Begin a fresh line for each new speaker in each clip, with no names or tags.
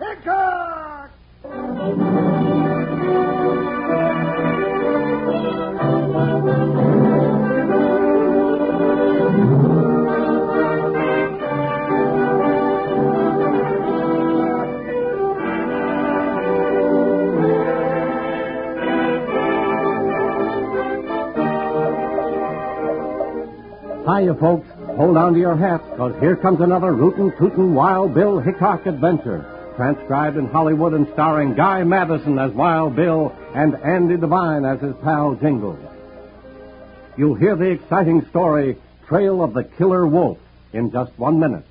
Hickok!
Hiya, folks. Hold on to your hats, because here comes another rootin' tootin' Wild Bill Hickok adventure. Transcribed in Hollywood and starring Guy Madison as Wild Bill and Andy Devine as his pal Jingles. You'll hear the exciting story, Trail of the Killer Wolf, in just one minute.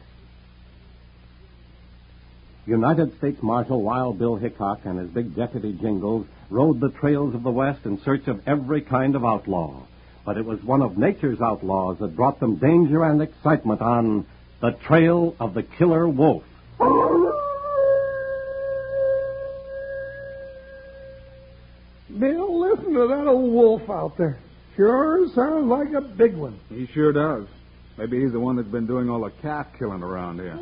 United States Marshal Wild Bill Hickok and his big deputy Jingles rode the trails of the West in search of every kind of outlaw. But it was one of nature's outlaws that brought them danger and excitement on the trail of the killer wolf.
Bill, listen to that old wolf out there. Sure sounds like a big one.
He sure does. Maybe he's the one that's been doing all the calf killing around here.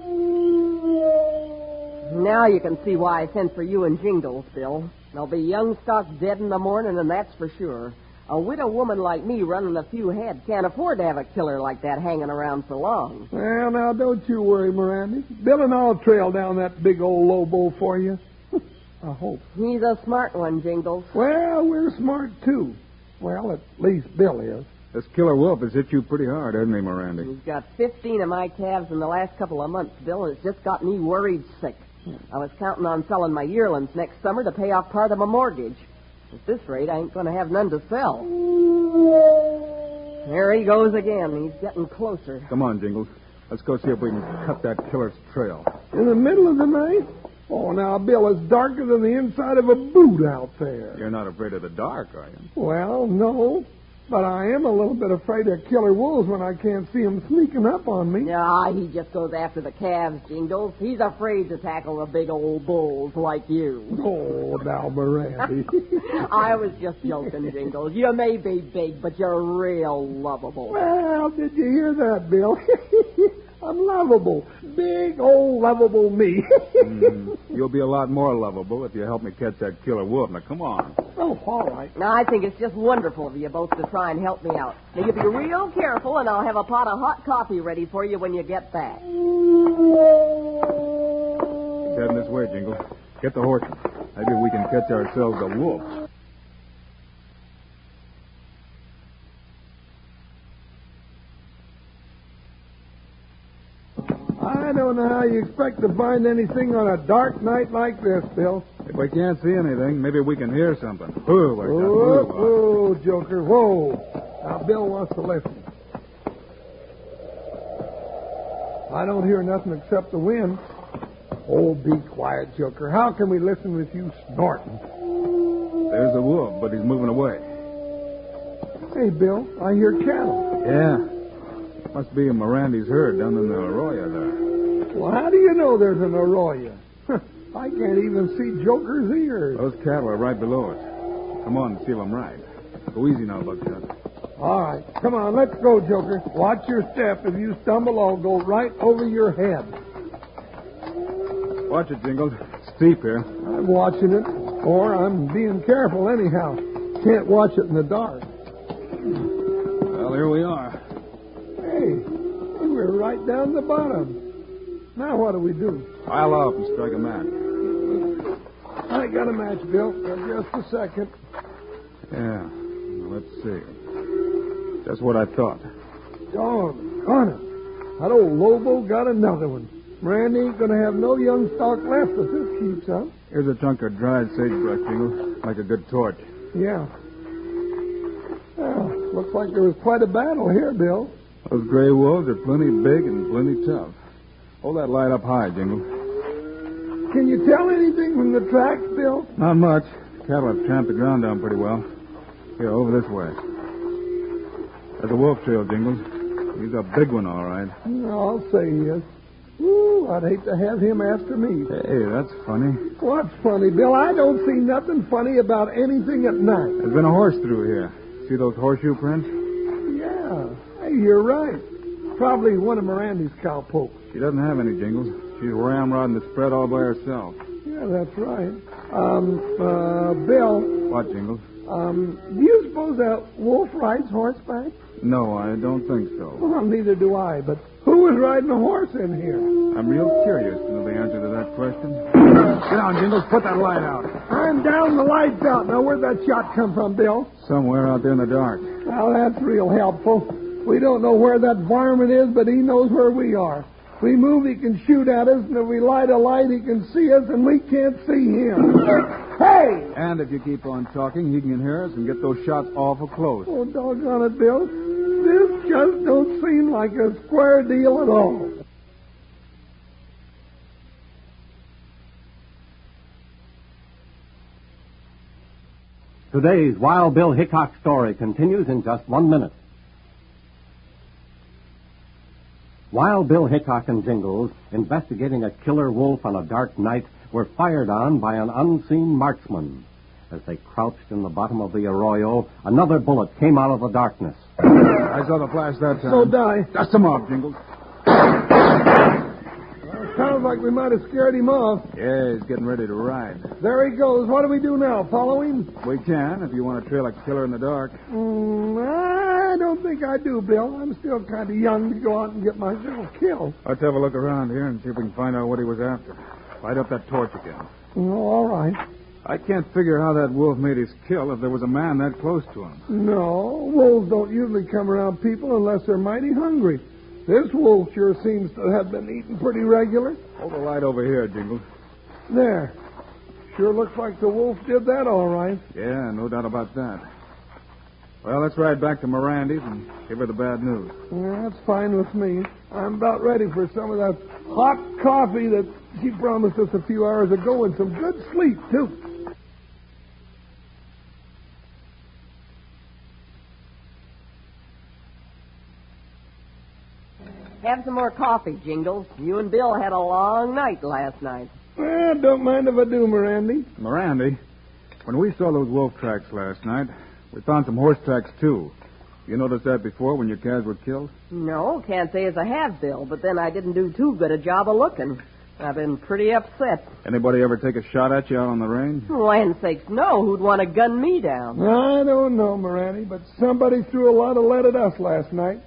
Now you can see why I sent for you and Jingles, Bill. There'll be young stock dead in the morning, and that's for sure. A widow woman like me running a few head can't afford to have a killer like that hanging around so long.
Well, now, don't you worry, Miranda. Bill and I'll trail down that big old Lobo for you. I hope.
He's a smart one, Jingles.
Well, we're smart, too. Well, at least Bill is.
This killer wolf has hit you pretty hard, hasn't he, Mirandy?
He's got 15 of my calves in the last couple of months, Bill, and it's just got me worried sick. I was counting on selling my yearlings next summer to pay off part of my mortgage. At this rate, I ain't going to have none to sell. There he goes again. He's getting closer.
Come on, Jingles. Let's go see if we can cut that killer's trail.
In the middle of the night? Oh, now, Bill, it's darker than the inside of a boot out there.
You're not afraid of the dark, are you?
Well, no. But I am a little bit afraid of killer wolves when I can't see 'em sneaking up on me.
Nah, he just goes after the calves, Jingles. He's afraid to tackle the big old bulls like you.
Oh, now, Mirandy.
I was just joking, Jingles. You may be big, but you're real lovable.
well, did you hear that, Bill? I'm lovable. Big old lovable me.
You'll be a lot more lovable if you help me catch that killer wolf. Now, come on.
oh, all right.
Now, I think it's just wonderful of you both to try and help me out. Now, you be real careful, and I'll have a pot of hot coffee ready for you when you get back.
It's heading this way, Jingles. Get the horses. Maybe we can catch ourselves a wolf.
I don't know how you expect to find anything on a dark night like this, Bill.
If we can't see anything, maybe we can hear something. Hoo, like that uh,
Whoa,
hoo.
whoa, Joker, whoa. Now, Bill wants to listen. I don't hear nothing except the wind. Oh, be quiet, Joker. How can we listen with you snorting?
There's a wolf, but he's moving away.
Hey, Bill, I hear cattle.
Yeah. Must be in Mirandy's herd down in the arroyo there.
Well, how do you know there's an arroyo? I can't even see Joker's ears.
Those cattle are right below us. Come on and see if I'm right. Go easy now, Buckshot.
All right, come on, let's go, Joker. Watch your step. If you stumble, I'll go right over your head.
Watch it, Jingles. Steep here.
I'm watching it, or I'm being careful anyhow. Can't watch it in the dark.
Well, here we are.
Hey, we were right down the bottom. Now what do we do?
Pile off and strike a match.
I got a match, Bill. Uh, Just a second.
Yeah. Now, let's see. Just what I thought.
Dog, on That old Lobo got another one. Randy ain't gonna have no young stock left if this keeps up.
Here's a chunk of dried sagebrush, Jingles. Like a good torch.
Yeah. Well, looks like there was quite a battle here, Bill.
Those gray wolves are plenty big and plenty tough. Hold that light up high, Jingles.
Can you tell anything from the tracks, Bill?
Not much. Cattle have tramped the ground down pretty well. Here, over this way. There's a wolf trail, Jingles. He's a big one, all right.
I'll say he is. Ooh, I'd hate to have him after me.
Hey, that's funny.
What's funny, Bill? I don't see nothing funny about anything at night.
There's been a horse through here. See those horseshoe prints?
Yeah. Hey, you're right. Probably one of Mirandy's cowpokes.
She doesn't have any jingles. She's ramrodding the spread all by herself.
Yeah, that's right. Um, uh, Bill,
What, Jingles?
um, do you suppose that wolf rides horseback?
No, I don't think so.
Well, neither do I, but who was riding a horse in here?
I'm real curious to know the answer to that question. Get down, Jingles. Put that light out.
I'm down, the lights out. Now, where'd that shot come from, Bill?
Somewhere out there in the dark.
Now, that's real helpful. We don't know where that varmint is, but he knows where we are. If we move, he can shoot at us, and if we light a light, he can see us, and we can't see him. hey!
And if you keep on talking, he can hear us and get those shots awful close.
Oh, doggone it, Bill. This just don't seem like a square deal at all.
Today's Wild Bill Hickok story continues in just one minute. Wild Bill Hickok and Jingles, investigating a killer wolf on a dark night, were fired on by an unseen marksman. As they crouched in the bottom of the arroyo, another bullet came out of the darkness.
I saw the flash that time.
So die.
Dust him off, Jingles.
Sounds like we might have scared him off.
Yeah, he's getting ready to ride.
There he goes. What do we do now? Follow him?
We can, if you want to trail a killer in the dark.
Mm, I don't think I do, Bill. I'm still kind of young to go out and get myself killed.
Let's have a look around here and see if we can find out what he was after. Light up that torch again.
Mm, all right.
I can't figure how that wolf made his kill if there was a man that close to him.
No, wolves don't usually come around people unless they're mighty hungry. This wolf sure seems to have been eating pretty regular.
Hold the light over here, Jingles.
There. Sure looks like the wolf did that all right.
Yeah, no doubt about that. Well, let's ride back to Mirandy's and give her the bad news.
Yeah, that's fine with me. I'm about ready for some of that hot coffee that she promised us a few hours ago and some good sleep, too.
Have some more coffee, Jingles. You and Bill had a long night last night.
Well, Eh, don't mind if I do, Mirandy.
Mirandy, when we saw those wolf tracks last night, we found some horse tracks, too. You noticed that before when your calves were killed?
No, can't say as I have, Bill, but then I didn't do too good a job of looking. I've been pretty upset.
Anybody ever take a shot at you out on the range?
Land sakes, no, who'd want to gun me down?
I don't know, Mirandy, but somebody threw a lot of lead at us last night.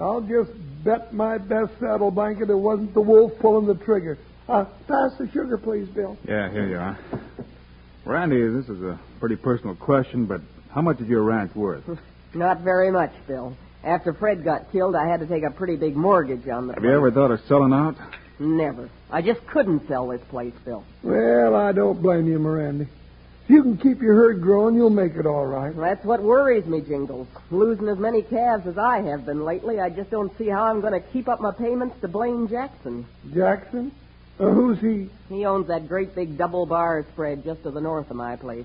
I'll just bet my best saddle blanket it wasn't the wolf pulling the trigger. Uh, pass the sugar, please, Bill.
Yeah, here you are. Randy, this is a pretty personal question, but how much is your ranch worth?
Not very much, Bill. After Fred got killed, I had to take a pretty big mortgage on the
Have you ever thought of selling out?
Never. I just couldn't sell this place, Bill.
Well, I don't blame you, Mirandy. If you can keep your herd growing, you'll make it all right.
That's what worries me, Jingles. Losing as many calves as I have been lately, I just don't see how I'm going to keep up my payments to Blaine Jackson.
Jackson? Uh, who's he?
He owns that great big double bar spread just to the north of my place.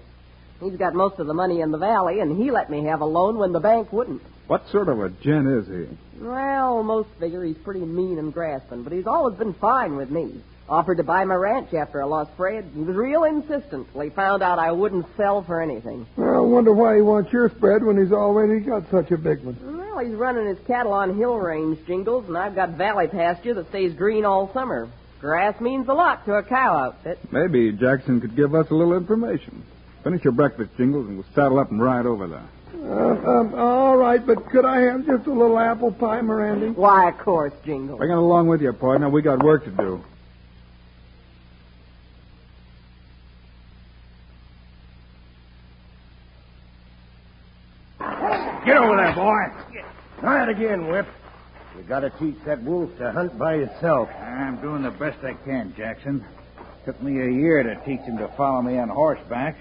He's got most of the money in the valley, and he let me have a loan when the bank wouldn't.
What sort of a gent is he?
Well, most figure he's pretty mean and grasping, but he's always been fine with me. Offered to buy my ranch after I lost Fred. He was real insistent till he found out I wouldn't sell for anything.
Well, I wonder why he wants your spread when he's already got such a big one.
Well, he's running his cattle on hill range, Jingles, and I've got valley pasture that stays green all summer. Grass means a lot to a cow outfit.
Maybe Jackson could give us a little information. Finish your breakfast, Jingles, and we'll saddle up and ride over there.
Uh, um, all right, but could I have just a little apple pie, Mirandy?
Why, of course, Jingles.
Bring it along with you, partner. We got work to do.
Get over there, boy. Try it again, Whip. You gotta teach that wolf to hunt by itself.
I'm doing the best I can, Jackson. Took me a year to teach him to follow me on horseback.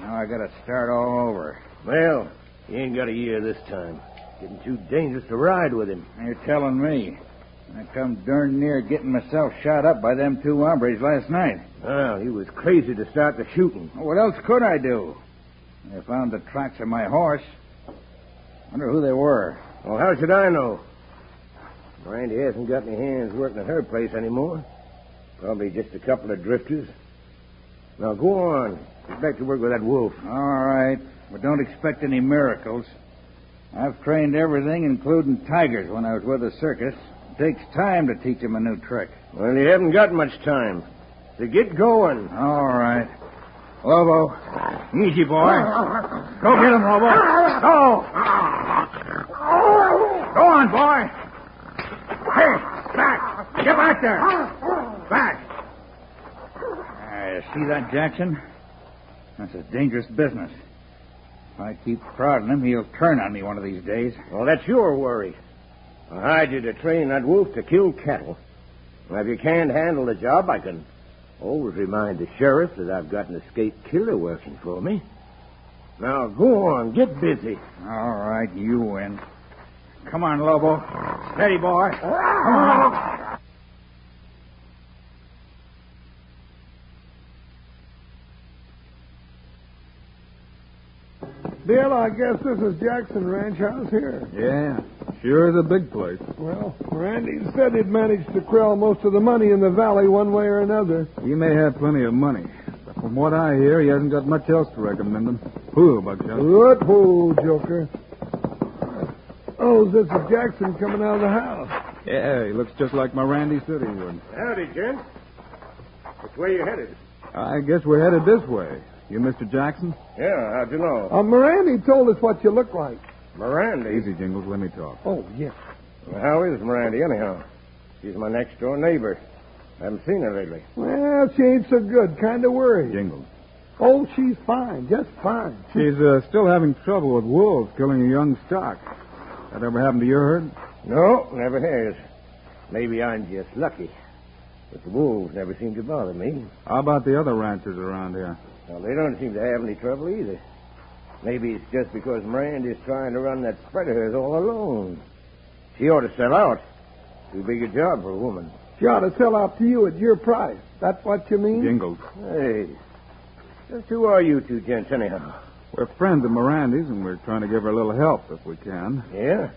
Now I gotta start all over.
Well, you ain't got a year this time. Getting too dangerous to ride with him.
You're telling me. I come darn near getting myself shot up by them two hombres last night.
Well, he was crazy to start the shooting.
What else could I do? They found the tracks of my horse. Wonder who they were.
Well, Oh, how should I know? Brandy hasn't got any hands working at her place anymore. Probably just a couple of drifters. Now go on. Get back to work with that wolf.
All right, but don't expect any miracles. I've trained everything, including tigers, when I was with the circus. It takes time to teach 'em a new trick.
Well, you haven't got much time. to get going.
All right. Lobo, easy boy. Go get him, Lobo. Go. Go on, boy. Hey, back. Get back there. Back. Ah, you see that, Jackson? That's a dangerous business. If I keep prodding him, he'll turn on me one of these days.
Well, that's your worry. I hired you to train that wolf to kill cattle. And if you can't handle the job, I can always remind the sheriff that I've got an escaped killer working for me. Now, go on, get busy.
All right, you win. Come on, Lobo. Steady, boy. Come on.
Bill, I guess this is Jackson Ranch House here.
Yeah, sure is a big place.
Well, Randy said he'd managed to corral most of the money in the valley one way or another.
He may have plenty of money, but from what I hear, he hasn't got much else to recommend him. Who, Buckshot?
Good hole, Joker. Oh, this is Jackson coming out of the house.
Yeah, he looks just like my Randy said he would.
Howdy, gents. Which way you headed?
I guess we're headed this way. You, Mr. Jackson?
Yeah, how'd you know?
Uh, Miranda told us what you look like.
Miranda.
Easy, Jingles. Let me talk.
Oh, yes.
How is Miranda, anyhow? She's my next door neighbor. I haven't seen her lately.
Well, she ain't so good. Kind of worried.
Jingles.
Oh, she's fine. Just fine.
She's uh, still having trouble with wolves killing a young stock. That ever happened to your herd?
No, never has. Maybe I'm just lucky. But the wolves never seem to bother me.
How about the other ranchers around here?
Well, they don't seem to have any trouble either. Maybe it's just because Miranda's trying to run that spread of hers all alone. She ought to sell out. Too big a job for a woman.
She ought to sell out to you at your price. That's what you mean?
Jingles.
Hey, just who are you two gents, anyhow?
We're friends of Mirandy's, and we're trying to give her a little help if we can.
Yeah?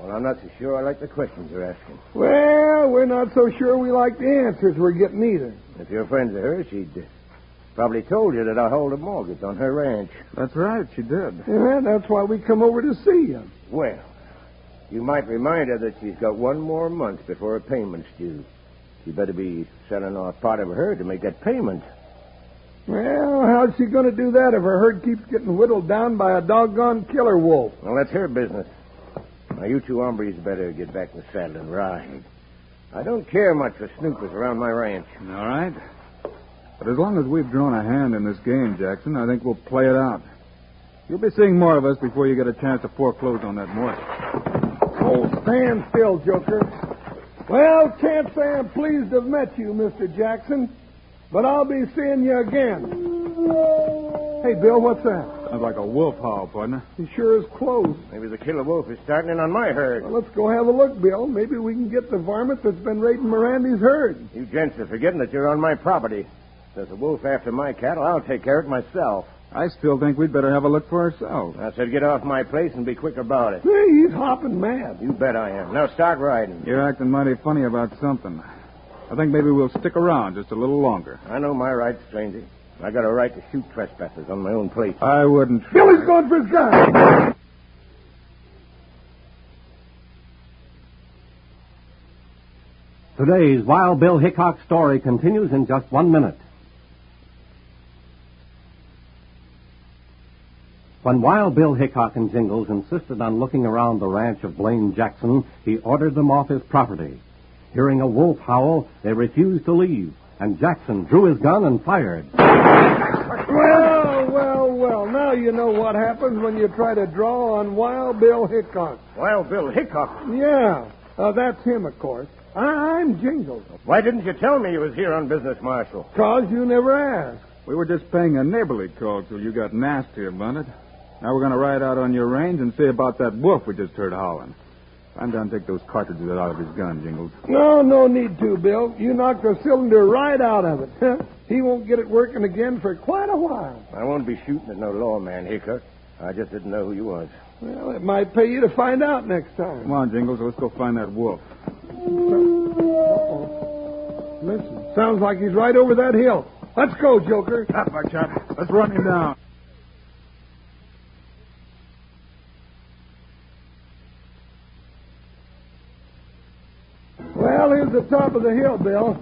Well, I'm not so sure I like the questions you're asking.
Well, we're not so sure we like the answers we're getting either.
If you're friends of hers, she'd uh, probably told you that I hold a mortgage on her ranch.
That's right, she did.
Yeah, that's why we come over to see you.
Well, you might remind her that she's got one more month before her payment's due. She better be selling off part of her to make that payment.
Well, how's she going to do that if her herd keeps getting whittled down by a doggone killer wolf?
Well, that's her business. Now, you two hombres better get back in the saddle and ride. I don't care much for snoopers around my ranch.
All right. But as long as we've drawn a hand in this game, Jackson, I think we'll play it out. You'll be seeing more of us before you get a chance to foreclose on that mortgage.
Oh, stand still, Joker. Well, can't say I'm pleased to have met you, Mr. Jackson, but I'll be seeing you again. Hey, Bill, what's that?
Sounds like a wolf howl, partner.
He sure is close.
Maybe the killer wolf is starting in on my herd.
Well, let's go have a look, Bill. Maybe we can get the varmint that's been raiding Mirandy's herd.
You gents are forgetting that you're on my property. If there's a wolf after my cattle, I'll take care of it myself.
I still think we'd better have a look for ourselves.
I said get off my place and be quick about it.
Hey, he's hopping mad.
You bet I am. Now start riding.
You're acting mighty funny about something. I think maybe we'll stick around just a little longer.
I know my rights, stranger. I got a right to shoot trespassers on my own place.
I wouldn't.
Bill, he's going for his gun.
Today's Wild Bill Hickok story continues in just one minute. When Wild Bill Hickok and Jingles insisted on looking around the ranch of Blaine Jackson, he ordered them off his property. Hearing a wolf howl, they refused to leave, and Jackson drew his gun and fired.
Well, well, well. Now you know what happens when you try to draw on Wild Bill Hickok.
Well, Bill Hickok,
Yeah, uh, that's him, of course. I- I'm Jingles,
why didn't you tell me you was here on business, Marshal?
cause you never asked.
We were just paying a neighborly call till you got nasty about it. Now we're going to ride out on your range and see about that wolf we just heard howling. I'm down to take those cartridges out of his gun, Jingles.
No, no need to, Bill. You knocked the cylinder right out of it. he won't get it working again for quite a while.
I won't be shooting at no lawman, Hickok. I just didn't know who you was.
Well, it might pay you to find out next
Come
time.
on, Jingles, let's go find that wolf.
Listen, sounds like he's right over that hill. Let's go, Joker. Uh,
Up, Buckshot. Let's run him down.
Well, here's the top of the hill, Bill.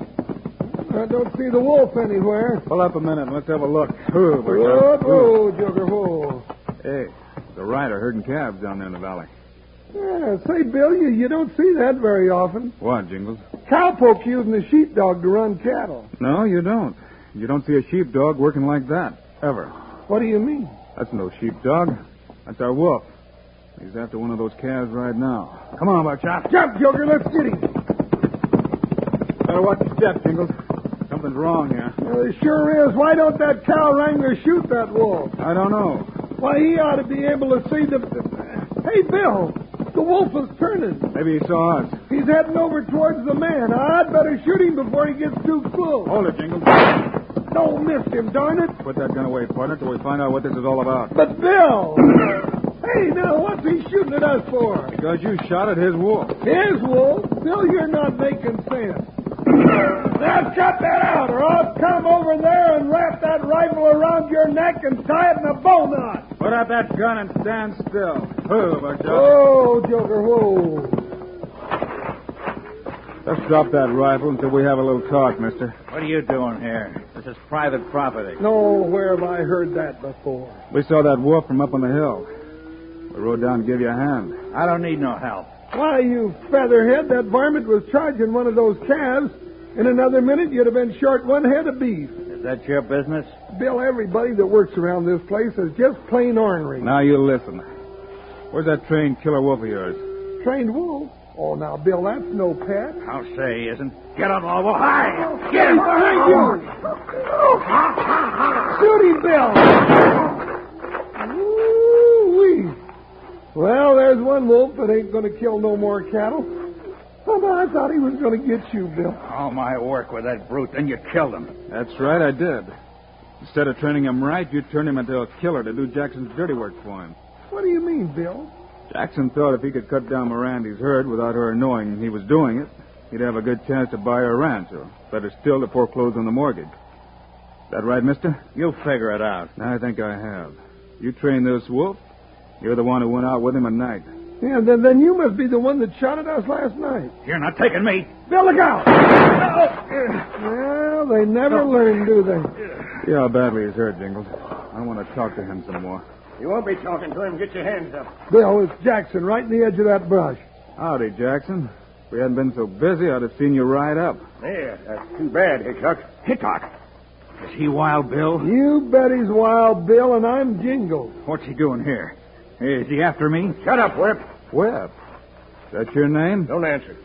I don't see the wolf anywhere.
Pull up a minute. and Let's have a look. Ooh, my
Whoa,
God. Ooh.
whoa, Joker, whoa.
Hey, the rider herding calves down there in the valley.
Yeah, say, Bill, you, you don't see that very often.
What, Jingles?
Cowpoke using the sheepdog to run cattle.
No, you don't. You don't see a sheepdog working like that, ever.
What do you mean?
That's no sheepdog. That's our wolf. He's after one of those calves right now. Come on, Buckshot.
Jump, Joker, let's get him.
Better watch your step, Jingles. Something's wrong here.
Well, it sure is. Why don't that cow wrangler shoot that wolf?
I don't know.
Why, he ought to be able to see the. the- Hey, Bill, the wolf is turning.
Maybe he saw us.
He's heading over towards the man. I'd better shoot him before he gets too close.
Hold it, Jingles.
Don't miss him, darn it.
Put that gun away, partner, till we find out what this is all about.
But, Bill! hey, now, what's he shooting at us for?
Because you shot at his wolf.
Here's Wolf. Bill, you're not making sense. now, cut that out, or I'll come over there and wrap that rifle around your neck and tie it in a bow knot.
Put out that gun and stand still. Hoo, Buckshot.
Oh, Joker, whoa.
Let's drop that rifle until we have a little talk, mister.
What are you doing here? This is private property.
No, where have I heard that before?
We saw that wolf from up on the hill. We rode down to give you a hand.
I don't need no help.
Why, you featherhead, that varmint was charging one of those calves. In another minute, you'd have been short one head of beef.
Is that your business?
Bill, everybody that works around this place is just plain ornery.
Now you listen. Where's that trained killer wolf of yours?
Trained wolf? Oh, now, Bill, that's no pet.
I'll say he isn't. Get up, Lobo. Hi!
Get him behind you! Shoot him, Bill! Ooh-wee. Well, there's one wolf that ain't going to kill no more cattle. Somehow I thought he was going to get you, Bill.
All my work with that brute, then you killed him.
That's right, I did. Instead of training him right, you turned him into a killer to do Jackson's dirty work for him.
What do you mean, Bill?
Jackson thought if he could cut down Mirandy's herd without her knowing he was doing it, he'd have a good chance to buy her ranch, or better still, to foreclose on the mortgage. That right, mister?
You figure it out.
I think I have. You trained this wolf. You're the one who went out with him at night.
Yeah, then, then you must be the one that shot at us last night.
You're not taking me.
Bill, look out! Well, they never learn, do they?
See how badly he's hurt, Jingles. I want to talk to him some more.
You won't be talking to him. Get your hands up.
Bill, it's Jackson right in the edge of that brush.
Howdy, Jackson. If we hadn't been so busy, I'd have seen you ride up.
There. That's too bad, Hickok.
Hickok. Is he Wild Bill?
You bet he's wild, Bill, and I'm Jingle.
What's he doing here? Is he after me?
Shut up, Whip.
Whip. Is that your name?
Don't answer.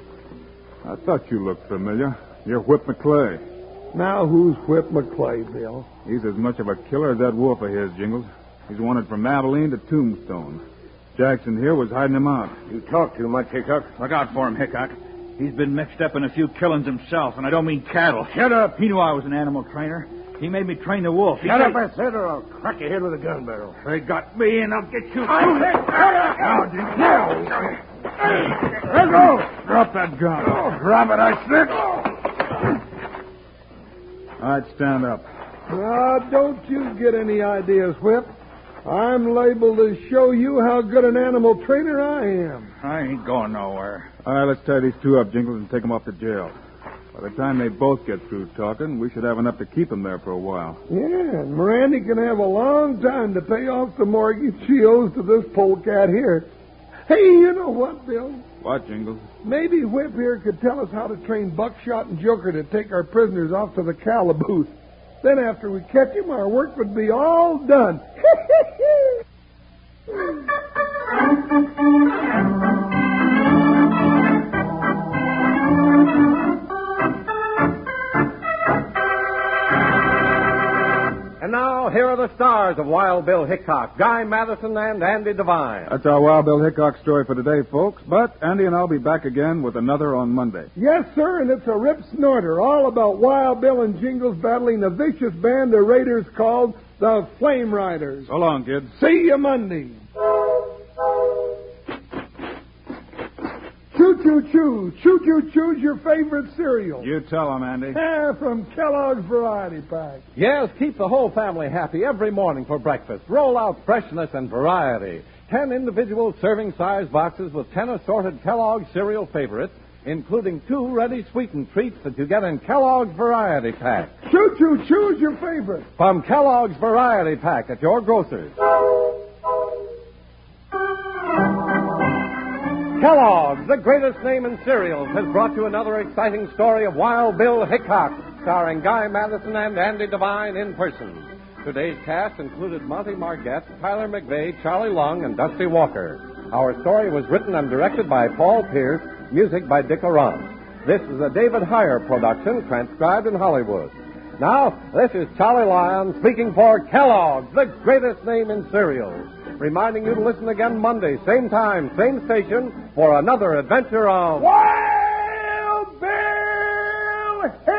I thought you looked familiar. You're Whip McClay.
Now who's Whip McClay, Bill?
He's as much of a killer as that wolf of his, Jingles. He's wanted from Abilene to Tombstone. Jackson here was hiding him out.
You talk too much, Hickok.
Look out for him, Hickok. He's been mixed up in a few killings himself, and I don't mean cattle. Shut up. He knew I was an animal trainer. He made me train the wolf. He
Shut
said-
up, I said, or I'll crack your head with a gun barrel.
They got me, and I'll get you.
Now,
Let go! Drop that gun. Drop it, I said.
All right, stand up.
Now, Ah, don't you get any ideas, Whip. I'm labeled to show you how good an animal trainer I am.
I ain't going nowhere.
All right, let's tie these two up, Jingles, and take them off to jail. By the time they both get through talking, we should have enough to keep them there for a while.
Yeah, and Mirandy can have a long time to pay off the mortgage she owes to this polecat here. Hey, you know what, Bill?
What, Jingles?
Maybe Whip here could tell us how to train Buckshot and Joker to take our prisoners off to the calaboose. Then after we catch him, our work would be all done.
And now, here are the stars of Wild Bill Hickok, Guy Madison, and Andy Devine.
That's our Wild Bill Hickok story for today, folks. But Andy and I'll be back again with another on Monday.
yes, sir, and it's a rip snorter, all about Wild Bill and Jingles battling a vicious band of raiders called the Flame Riders.
So long, kids.
See you Monday. Choo choo choo. Choo choo choo's your favorite cereal.
You tell them, Andy.
Yeah, from Kellogg's Variety Pack.
Yes, keep the whole family happy every morning for breakfast. Roll out freshness and variety. Ten individual serving size boxes with ten assorted Kellogg's cereal favorites including two ready sweetened treats that you get in Kellogg's Variety Pack.
Choo choo, choose your favorite.
From Kellogg's Variety Pack at your grocer's. Kellogg's, the greatest name in cereals, has brought you another exciting story of Wild Bill Hickok, starring Guy Madison and Andy Devine in person. Today's cast included Monty Margett, Tyler McVeigh, Charlie Long, and Dusty Walker. Our story was written and directed by Paul Pierce, music by Dick Oran. This is a David Heyer production, transcribed in Hollywood. Now, this is Charlie Lyon speaking for Kellogg's, the greatest name in cereals, reminding you to listen again Monday, same time, same station, for another adventure of.
Wild Bill